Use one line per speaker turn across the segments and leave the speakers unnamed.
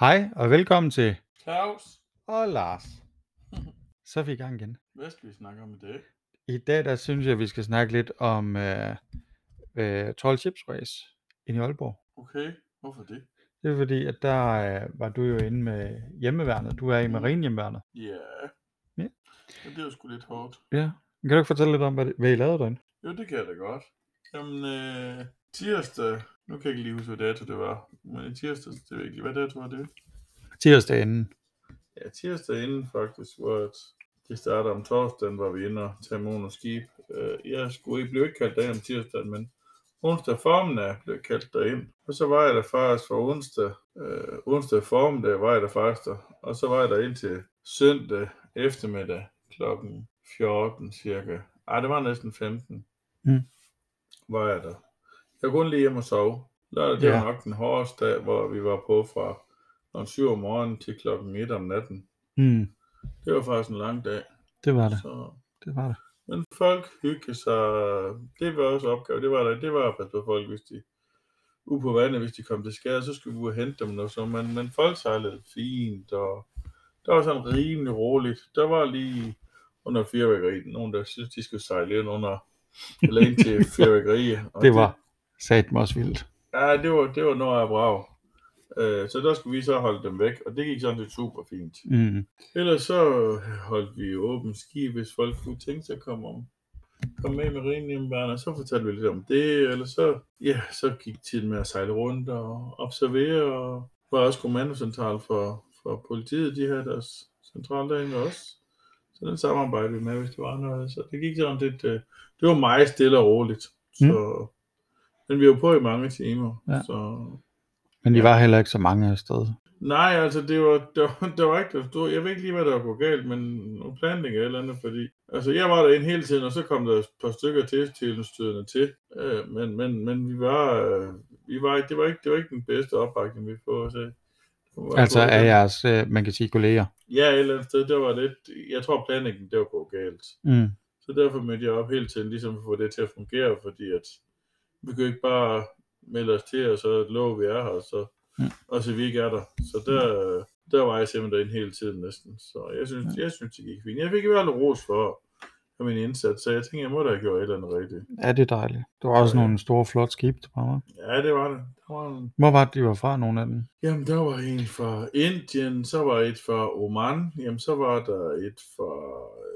Hej og velkommen til
Claus,
og Lars. Så er vi i gang igen.
hvad skal vi snakke om i dag?
I dag der synes jeg, vi skal snakke lidt om øh, øh, Troll Chips Race inde i Aalborg.
Okay, hvorfor det?
Det er fordi, at der øh, var du jo inde med hjemmeværnet. Du er i
Mhm.
marinehjemmeværnet.
Ja.
Ja.
Men det er jo sgu lidt hårdt.
Ja. Kan du ikke fortælle lidt om, hvad, det- hvad I lavede derinde?
Jo, det kan jeg da godt. Jamen, øh, tirsdag, nu kan jeg ikke lige huske, hvad dato det var, men i tirsdag, det ved jeg ikke lige, hvad dato var det?
Tirsdag inden.
Ja, tirsdag inden faktisk, hvor at det starter om torsdagen, var vi inde og tage Mono skib. Øh, jeg skulle ikke blive ikke kaldt derind om tirsdagen, men onsdag formiddag blev jeg kaldt derind. Og så var jeg der faktisk fra onsdag, øh, onsdag formiddag var jeg der faktisk der. Og så var jeg der indtil søndag eftermiddag klokken 14 cirka. Ej, det var næsten 15.
Mm.
Var jeg der. Jeg kunne kun lige hjem og sove. Lørdag, det
Ja.
var nok den hårdeste dag, hvor vi var på fra klokken 7 om morgenen til klokken 1 om natten.
Mm,
Det var faktisk en lang dag.
det var det.
Så.
Det var det.
Men folk hyggede sig. Det var også opgave. Det var, der. det var at passe på folk, hvis de ude på vandet, hvis de kom til skade, så skulle vi ud og hente dem og så. Men, men folk sejlede fint, og det var sådan rimelig roligt. Der var lige under fyrværkeri, nogen der synes, de skulle sejle ind under, eller ind til fyrværkeri. og
Det var satme også vildt.
Ja, det var, det var noget af brav. Øh, så der skulle vi så holde dem væk, og det gik sådan set super fint.
Mm.
Ellers så holdt vi åben ski, hvis folk kunne tænke sig at komme om. Kom med med rimelig så fortalte vi lidt om det, eller så, ja, så gik tiden med at sejle rundt og observere, og var også kommandocentral for, for politiet, de havde deres central derinde også. Så den samarbejdede vi med, hvis det var noget. Så det gik sådan lidt, øh, det var meget stille og roligt. Så, Men vi var på i mange timer,
Ja.
så
Men de var heller ikke så mange afsted.
Nej, altså det var, der, var- der var ikke der stod, jeg ved ikke lige, hvad der var gået galt, men noget planlægning eller andet, fordi, altså jeg var derinde hele tiden, og så kom der et par stykker til, til stødende til, øh, men, men, men vi var, øh, vi var, ikke- det var ikke, det var ikke den bedste opbakning, vi får at se. Det var-
Altså
det var-
af jeres, øh, man kan sige, kolleger.
Ja, et eller andet sted, der var lidt, jeg tror planlægningen, det var gået galt.
Mm.
Så derfor mødte jeg op hele tiden, ligesom for at få det til at fungere, fordi at vi kan jo ikke bare melde os til, og så lov vi er her, og så,
Mm.
mm. og så vi ikke er der. Så der, der var jeg simpelthen derinde hele tiden næsten. Så jeg synes, jeg synes det gik fint. Jeg fik i hvert fald ros for, for min indsats, så jeg tænkte, jeg må da have gjort et eller andet rigtigt.
Ja, det er dejligt. Det var også
Ja, ja.
nogle store, flotte skibe, der var. hva'?
Ja, det var det. Der var en...
Hvor var det, de var fra, nogle af dem?
Jamen, der var en fra Indien, så var et fra Oman, jamen, så var der et fra øh,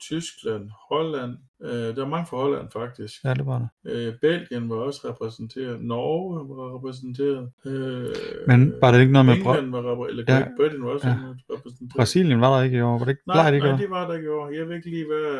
Tyskland, Holland. Øh, der var mange fra Holland, faktisk.
Ja, det var der.
Øh, Belgien var også repræsenteret. Norge var repræsenteret. Øh,
Men var det ikke noget med Bra-
England var repræsenteret. Eller
Ja.
ja, Britain var også
Ja.
ja. repræsenteret.
Brasilien var der ikke i år? Var det ikke,
Nej,
plejer det
det
ikke
nej,
at-
de var der ikke i år. Jeg ved ikke lige, hvad,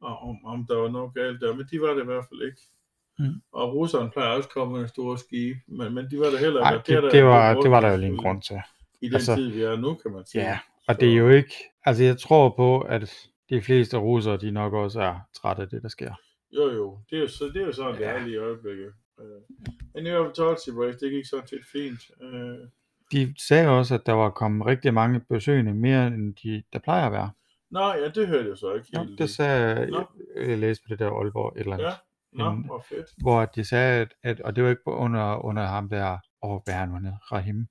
om, om der var noget galt der, men de var der i hvert fald ikke.
Mm.
Og russerne plejer også at komme med store skibe, men, men de var der heller
Nej,
ikke. og er
det,
der
det,
en
var,
god
det var der jo lige en
til,
grund til.
I den
Altså,
tid, vi er nu, kan man sige.
ja, Og det er jo ikke... Altså, jeg tror på, at de fleste russere, de nok også er trætte af det, der sker.
Jo, jo. Det er jo, så, det er jo sådan, ja. det
Ja.
er lige i øjeblikket. Øh, Men i hvert fald Toxic Race, det gik sådan set fint. Øh,
De sagde også, at der var kommet rigtig mange besøgende, mere end de, der plejer at være.
Nå, ja, det hørte jeg så ikke
Ja,
helt. lige.
det sagde
Nå.
jeg, jeg læste på det der Aalborg et eller andet.
Ja, Nå,
en-
hvor fedt.
Hvor de sagde, at, at, og det var ikke på- under, under ham der, åh, hvad er han nu, han hedder? Rahim,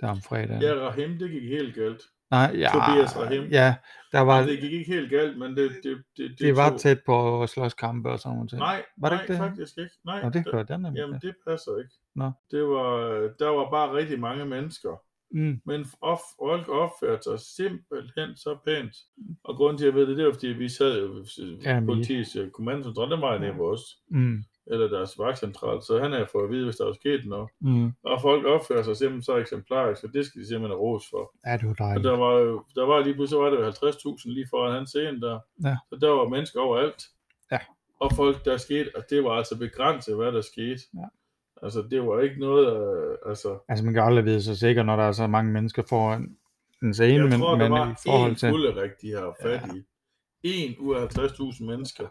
der om fredagen.
Ja, Rahim, det gik helt galt.
Nej, ja,
Tobias Rahim.
Ja, der var,
Det gik ikke helt galt, men det... Det, det,
det var
tog-
tæt på slåskampe og sådan noget.
Nej,
Var det
nej,
ikke det?
faktisk ikke. Nej,
Nå, det
der-
gør den nemlig.
Jamen, det passer ikke.
Nå.
Det var, der var bare rigtig mange mennesker.
Mm,
Men of, folk opførte sig simpelthen så pænt. Og grunden til, at jeg ved det, det var, fordi vi sad jo
Ja,
ved
men-
politiets øh, kommandocentral, den var jeg
Ja.
nede på os.
mm,
Eller deres vagtcentral, så han er fået at vide, hvis der var sket noget.
mm.
Og folk opfører sig simpelthen så eksemplarisk, og det skal de simpelthen have ros for.
Ja, det var
Og
dejligt.
der var jo, der var lige pludselig var der jo 50.000 lige foran hans scene der.
Ja.
Så der var mennesker overalt.
Ja.
Og folk, der skete, og det var altså begrænset, hvad der skete.
Ja.
Altså, det var ikke noget, øh, altså...
Altså, man kan aldrig vide sig sikker, når der er så mange mennesker foran en scene,
Jeg
men,
tror, der
men
var
i forhold
én
til...
fulde rigtig her fat i. En ud af 50.000 mennesker.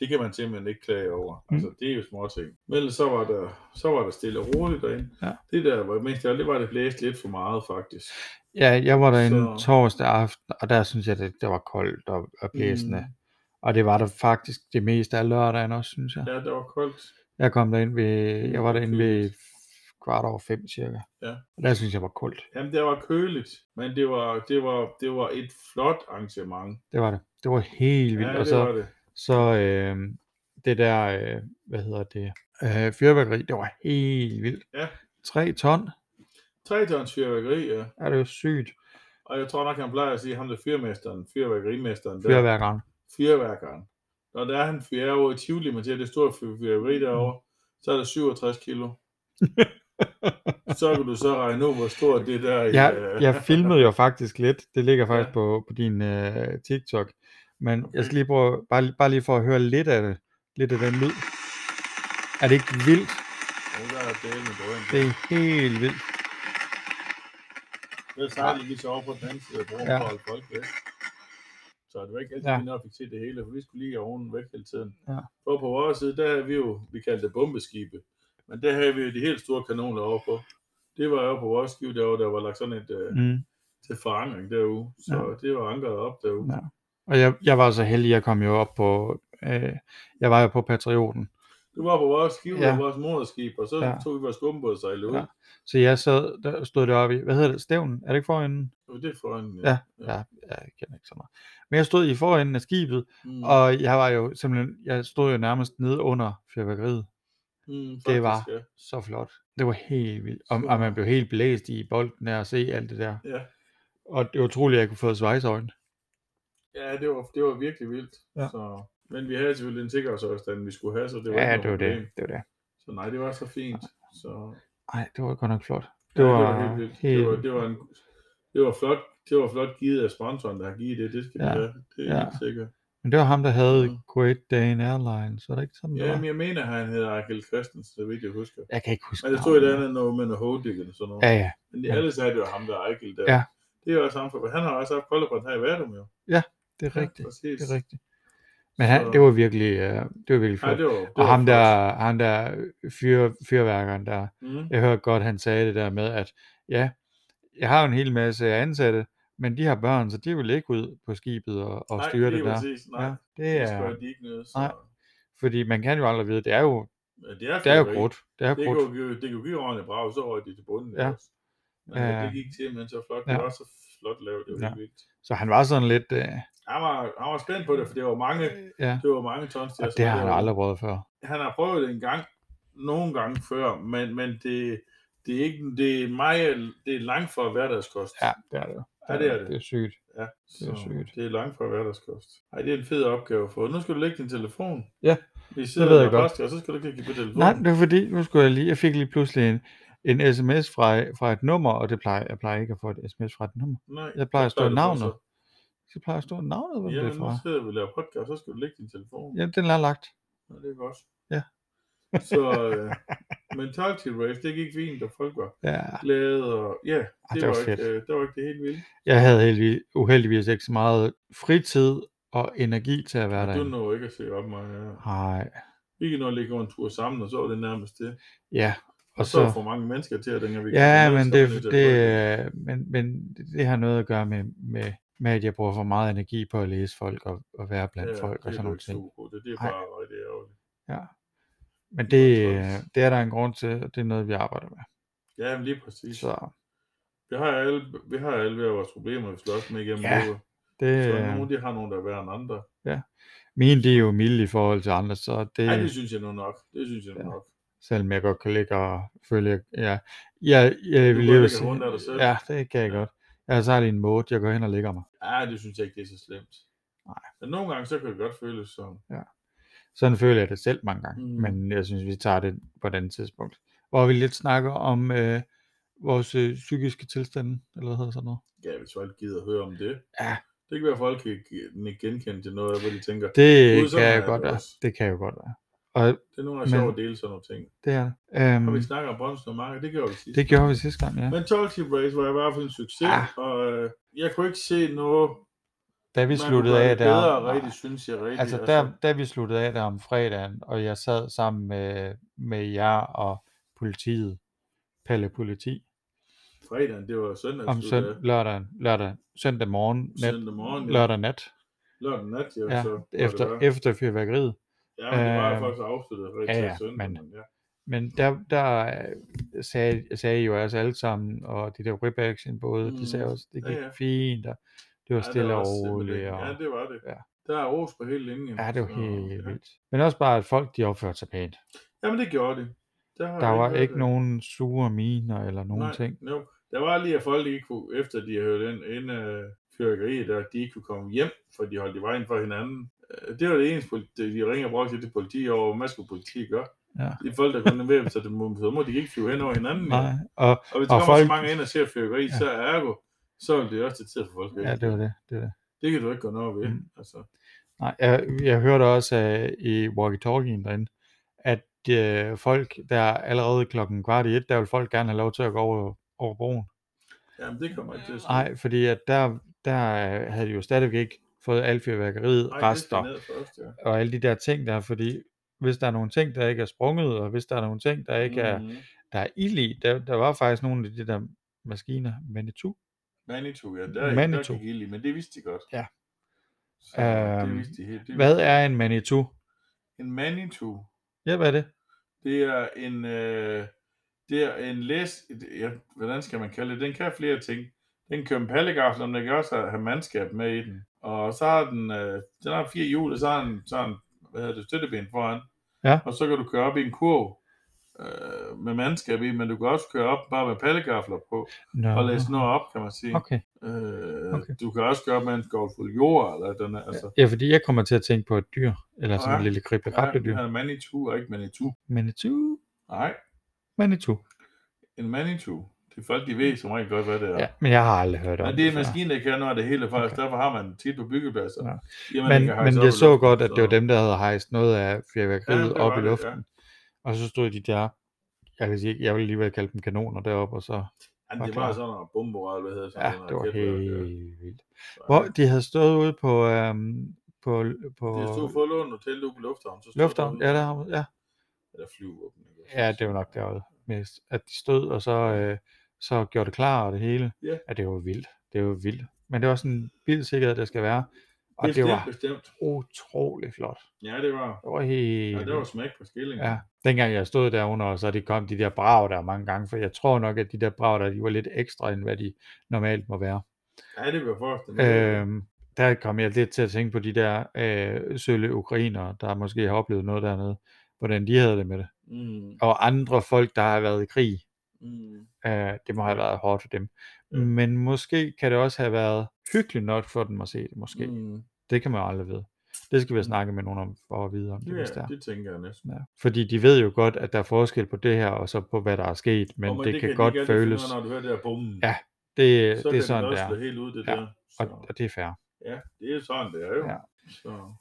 Det kan man simpelthen ikke klage over.
Mm.
Altså, det er jo små ting. Men ellers så var der, så var der stille og roligt derinde.
Ja.
Det der var mest af alt, det var, det blæste lidt for meget, faktisk.
Ja, jeg var derinde
Så-
torsdag aften, og der synes jeg, det, det var koldt og, og blæsende.
Mm.
Mm. Og det var der faktisk det
Mm.
meste af lørdagen også, synes jeg.
Ja, det var koldt.
Jeg kom derind ved, jeg var derinde ved kvart over fem cirka.
Ja.
Og der synes jeg var koldt.
Jamen, det var køligt, men det var, det var, det var et flot arrangement.
Det var det. Det var helt vildt.
Ja,
og
det
så,
var det.
så øh, det der, øh, hvad hedder det, øh, fyrværkeri, det var helt vildt.
Ja.
3 ton,
3 tons fyrværkeri, ja.
er det jo sygt,
Og jeg tror nok, han plejer at sige, ham der fyrmesteren, fyrværkerimesteren, der,
fyrværkeren.
fyrværkeren. Når der er han fjerde år i Tivoli, man ser det store fyr- fyrværkeri
Mhm.
derovre, så er det 67 kilo. så kan du så regne ud, hvor stort det der
Jeg,
øh,
jeg filmede jo faktisk lidt, det ligger faktisk
Ja.
ja. på, på din øh, TikTok, men
Okay.
jeg skal lige prøve, bare, lige- bare lige for at høre lidt af det, lidt af den lyd. Er det ikke vildt?
Nu der er delen med drøen.
Det er helt vildt.
Det er sejligt, vi så over på den anden side af broen
Ja.
for at holde folk væk. Så det var ikke altid,
Ja.
ja. vi når fik set det hele, for vi skulle lige have ovnen væk hele tiden.
Ja.
For på vores side, der havde vi jo, vi kaldte det bombeskibe, men der havde vi jo de helt store kanoner over på. Det var jo på vores skib derovre, der var lagt sådan et øh,
Mm.
til forankring derude, så ja. det var ankeret op derude.
Ja. Og jeg, jeg var så heldig, jeg kom jo op på, øh, jeg var jo på Patrioten,
Du var på vores skib,
Ja.
ja. vores moderskib, og så
Ja.
ja. tog vi vores skumbåd og sejlede ud.
Ja. så jeg sad, der stod deroppe i, hvad hedder det, stævnen, er det ikke forenden?
Og det for en... øh,
Ja, jeg kender ikke så meget. Men jeg stod i forenden af skibet,
Mm,
og jeg var jo simpelthen, jeg stod jo nærmest nede under fyrværkeriet.
mm, faktisk,
det var-
Ja.
Så flot. Det var helt vildt. Og, og man blev helt blæst i bolden af at se alt det der.
Ja.
Og det var utroligt, at jeg kunne få svejsøjne.
Ja, det var, det var virkelig vildt.
Ja.
Ja. Så, men vi havde selvfølgelig en sikkerhedsafstand, vi skulle have, så det var
Ja,
ikke
det var
noget
det.
problem.
Det var det.
Så nej, det var så fint. Så,
Ej, det var godt nok flot.
ja, det var helt vildt. Det var, det var, en, det var flot. Det var flot givet af sponsoren, der har givet det. Det skal
Ja.
vi have. Det
Ja.
er ja. helt sikkert.
Men det var ham, der havde
Mhm.
Great Dane Airlines. Var det ikke sådan, det
Ja,
var?
men jeg mener, han hedder Arkel Christensen, så vidt jeg husker.
Jeg kan ikke huske.
Men der stod et
navnet.
andet noget med noget hoveddikken og sådan noget.
Ja, ja.
Men
ja.
ellers er det jo ham, der er Arkel der.
Ja.
Det er jo også ham, for han har også haft koldebrænd her i Verdum jo.
Det er rigtigt.
Ja, præcis.
Det er rigtigt. Men han,
Så-
det var virkelig, øh, det var virkelig
Nej,
flot.
det var, det
Og
var
ham
flot.
der, ham der fyr, fyrværkeren der,
Mm.
jeg hørte godt, han sagde det der med, at ja, jeg har jo en hel masse ansatte, men de har børn, så de vil ikke ud på skibet og, og
Nej,
styre
lige
det der.
præcis. Nej,
ja, det
det skal
er,
jo de ikke noget. Så...
Nej. fordi man kan jo aldrig vide, det er jo,
Men det er,
det er jo
fyrværkeri.
krudt. Det er jo
Det
krudt.
kunne, give- det kunne give ordentligt brag, så røg de til bunden.
Ja.
Ja. Også. Men
Ja,
ja.
ja.
det gik til, men så flot.
Ja.
Det var så flot lavet. Det var
Ja.
ja. vildt.
Så han var sådan lidt, øh,
Han var, han var spændt på det, for det var mange,
ja,
det var mange tons. der
og det
skulle
har han
lave.
aldrig prøvet før.
Han har prøvet det en gang, nogle gange før, men, men det, det er ikke, det er meget, det er langt fra hverdagskost.
Ja, det er det. jo.
Ja, det er det.
Det er sygt.
ja.
det er
så
sygt.
Det er langt fra hverdagskost. Ej, det er en fed opgave for. Nu skal du lægge din telefon.
Ja,
Vi sidder
ved
det ved
jeg godt.
Og så skal du ikke kigge på telefonen.
Nej, det var fordi, nu skulle jeg lige, jeg fik lige pludselig en, en sms fra, fra et nummer, og det plejer, jeg plejer ikke at få et sms fra et nummer.
Nej.
Jeg plejer at
Hvad
stå
du for
navnet. Så plejer at stå navnet,
så?
hvor
Ja,
det er
men nu
fra.
sidder vi og laver podcast, så skal du lægge din telefon.
Ja, den er lagt.
Ja, det er godt.
Ja.
så øh, mentality race, det gik fint, og folk var
Ja.
glade, og ja, det,
Ah, det
var,
var fedt.
ikke, øh, det var ikke det helt vilde.
Jeg havde heldigvis, uheldigvis ikke så meget fritid og energi til at være
Du
der.
nåede ikke at se op mig. Ja.
Nej,
Vi kan nå at ligge over en tur sammen, og så var det nærmest det.
ja.
Og
Og
så,
så,
for mange mennesker til, at dengang vi
ja,
kom ned,
men
så var nødt til
det,
at
det,
gå igen.
øh, men, men det har noget at gøre med, med, med, at jeg bruger for meget energi på at læse folk og, og være blandt
Ja,
ja, folk og
det er
sådan
du
nogle
ikke
ting.
super god til. Det er
Ej.
bare rigtig ærgerligt.
Men
Det er
det,
træls.
øh, det er der en grund til, og det er noget, vi arbejder med.
Ja, men lige præcis.
Så
Vi har alle, vi har alle hver vores problemer, vi slås med igennem
Ja,
livet.
det,
Så
øh,
nogle, de har nogle, der er værre end andre.
mine de er jo milde i forhold til andre, så det,
Nej, det synes jeg nu nok. Det synes jeg nu
Ja.
nok.
selvom jeg godt kan ligge og følge, ja, jeg, jeg
Du
vil
går
lige
lidt
sige,
rundt af dig selv.
ja, det kan jeg
Ja.
godt. Jeg har særlig en måde, jeg går hen og ligger mig.
Ja, det synes jeg ikke, det er så slemt.
Nej.
Men nogle gange, så kan det godt føles som,
Sådan føler jeg det selv mange gange, mm.
Mm.
men jeg synes, vi tager det på et andet tidspunkt. Hvor vi lidt snakker om øh, vores øh, psykiske tilstande, eller hvad hedder sådan noget.
ja, hvis folk gider at høre om det.
Ja.
Det kan være, at folk kan ikke genkende til noget, hvor de tænker,
Det
Gud, sådan
kan
har
jeg
jeg
godt
det
være.
også.
Det kan jeg jo godt være. Og
det er nogle gange
Men-
sjovt at dele sådan nogle ting.
det er øhm,
Og vi snakker om Brøndsen og Marker, det gjorde vi sidst.
det gjorde vi sidste gang, ja.
Men 12 Tip Race var i hvert fald en succes,
Ja.
ja. og øh, jeg kunne ikke se noget,
Da vi
man
sluttede
kunne
af
gøre
der.
bedre, rigtig, synes jeg rigtig.
Altså, der, da vi sluttede af der om fredagen, og jeg sad sammen med, med jer og politiet, Palle Politi,
Fredagen, det var søndag,
om søn, lørdag, lørdag, søndag morgen, nat,
søndag morgen, ja.
lørdag nat,
lørdag nat, ja,
ja,
så, var det
efter,
der.
efter fyrværkeriet.
ja, men det var
øh,
faktisk afsluttet rigtig
ja, ja,
søndag,
men-
men ja.
Men der, der øh, sagde, sagde jo altså alle sammen, og det der whip action både, mm.
Mm.
de sagde også, det
Ja,
gik ja,
ja.
ja. fint, og det var
Ja,
stille
der
ja,
var
og
simpelthen-
roligt. Og...
øh, Ja, det var det.
Ja.
Der er års på hele linjen.
Ja, det var
så-
helt
ja.
vildt. Men også bare, at folk de opførte sig pænt.
Jamen, det gjorde det. har
Der
jeg
var
hørt,
ikke
at-
nogen sure miner eller nogen
Nej,
ting.
No. Der var lige, at folk ikke kunne, efter de havde hørt ind, ind øh, fyrværkeriet, der, de ikke kunne komme hjem, for de holdt i vejen for hinanden. Øh, Det var det eneste, politi- de ringer og brugte til politi over, hvad man skulle politi gøre.
Ja.
De folk, der kunne ved, så, det må, så må de ikke flyve hen over hinanden. jo.
Nej, og
Og hvis
Og
der kommer folk...
folk-
så mange ind og ser fyrværkeri, ja.
Ja.
så er ergo, så vil det også til tid for folk.
ja, det var det. det, var det.
det kan du ikke gøre noget ved.
Mm.
Altså,
Nej, jeg, jeg hørte også uh, i walkie-talkien derinde, at uh, folk, der allerede klokken kvart i et, der vil folk gerne have lov til at gå over, over broen.
jamen, det kommer ikke til at ske.
Nej, fordi at der, der øh, havde de jo stadigvæk ikke fået alt fyrværkeriet,
Ej, det skal
rester
ned først, ja.
og alle de der ting der, fordi hvis der er nogle ting, der ikke er sprunget, og hvis der er nogle ting, der ikke er,
Mhm.
der er ild i, der, der var faktisk nogle af de der maskiner, Manitou,
Mm-hmm. Manitou, ja. Der, Manitou.
Manitou.
der gik ild i, men det vidste de godt.
Ja.
Så, øhm, det
Øhm,
vidste de helt. Det
Hvad er en Manitou?
En Manitou,
Ja, hvad er det?
det er en, øh, det er en læs, ja, hvordan skal man kalde det, den kan flere ting. Den kører en pallegafel, men den kan også have mandskab med i den. Og så har den, øh, den har fire hjul, og så har den, så har den hvad hedder det, støtteben foran.
Ja.
Og så kan du køre op i en kurv øh, med mandskab i, men du kan også køre op bare med pallegafler på,
Nå,
og læse noget op, kan man sige.
okay.
Øh,
Okay.
Du kan også gøre op med en skovfuld jord, eller den er, altså,
Ja, fordi jeg kommer til at tænke på et dyr, eller sådan
Ah. Ja.
et lille kribbe
den
rabledyr.
her Manitou, og ikke Manitou.
Manitou,
Nej,
Manitou.
en Manitou. Det er folk, de ved som regel godt, hvad det er.
Ja, men jeg har aldrig hørt om
Men det er en
før.
maskine, der kan noget af det hele faktisk. Okay. Derfor har man den tit på byggepladser.
Ja.
I og med, at den
Men, men
kan hejse op
jeg
i
så
luften,
godt, at det var
så-
dem, der havde hejst noget af
Ja,
fyrværkeriet
der
ja, op
var
i
det, ja.
luften. Og så stod de der, jeg vil, sige, jeg vil alligevel kalde dem kanoner deroppe, og så,
Ja,
var
det var
klar.
sådan noget bomber, eller hvad hedder
ja,
sådan noget
det var
raketværk, ja.
helt vildt.
Så,
Hvor
ja.
de havde stået ude på, øhm, på, på
Det stod for Lund Hotel ude på Lufthavn. Så stod
lufthavn,
derude.
ja, der, ja,
Eller flyvåben. ikke?
ja, det var nok derude, mest, at de stod, og så, øh, så gjorde det klar og det hele.
Ja.
Ja, det var vildt, det var vildt. Men det var sådan en vild sikkerhed, der skal være, og det,
Bestemt,
var
bestemt.
utrolig flot.
Ja, det var.
Det var helt
Ja, det var
vildt.
smæk på skillingen.
Ja, dengang jeg stod derunder, og så de kom de der brag der mange gange, for jeg tror nok, at de der brag der, de var lidt ekstra, end hvad de normalt må være.
Ja, det var forresten.
Øhm, der kom jeg lidt til at tænke på de der øh, sølle ukrainere, der måske har oplevet noget dernede, hvordan de havde det med det.
Mm,
Og andre folk, der har været i krig,
mm.
øh, det må have været hårdt for dem.
Ja.
Men måske kan det også have været hyggeligt nok for dem at se det, måske. Mm.
Mm.
Det kan man jo aldrig vide. Det skal vi
Mm.
have snakket med nogen om, for at vide om det, hvis det
Ja,
er.
det tænker jeg næsten.
Ja. Fordi de ved jo godt, at der er forskel på det her, og så på, hvad der er sket, men
Og
det,
de
kan
de
godt
gerne finde ud af,
føles.
Når du hører det her bomben,
Ja, Det,
så
det er
kan
sådan,
det
det
også slå
er.
helt ud, det
Ja,
der. Så,
Og, og det er fair.
ja, det er sådan, det er jo.
Ja.
Så.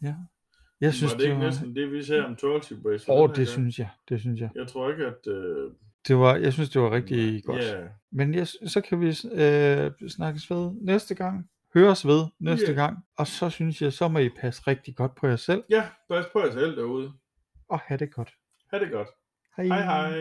Jeg synes,
var det
det
ikke
var...
næsten det, vi ser om Torchy Brace?
Åh, oh, det synes jeg. Det synes jeg.
Jeg tror ikke, at... Øh,
Det var, jeg synes, det var rigtig godt.
Ja,
Men jeg, så kan vi øh, snakkes ved næste gang. Høres ved næste
Ja.
gang. Og så synes jeg, så må I passe rigtig godt på jer selv.
ja pas på jer selv derude.
Og have det godt.
Ha' det godt. Hej hej.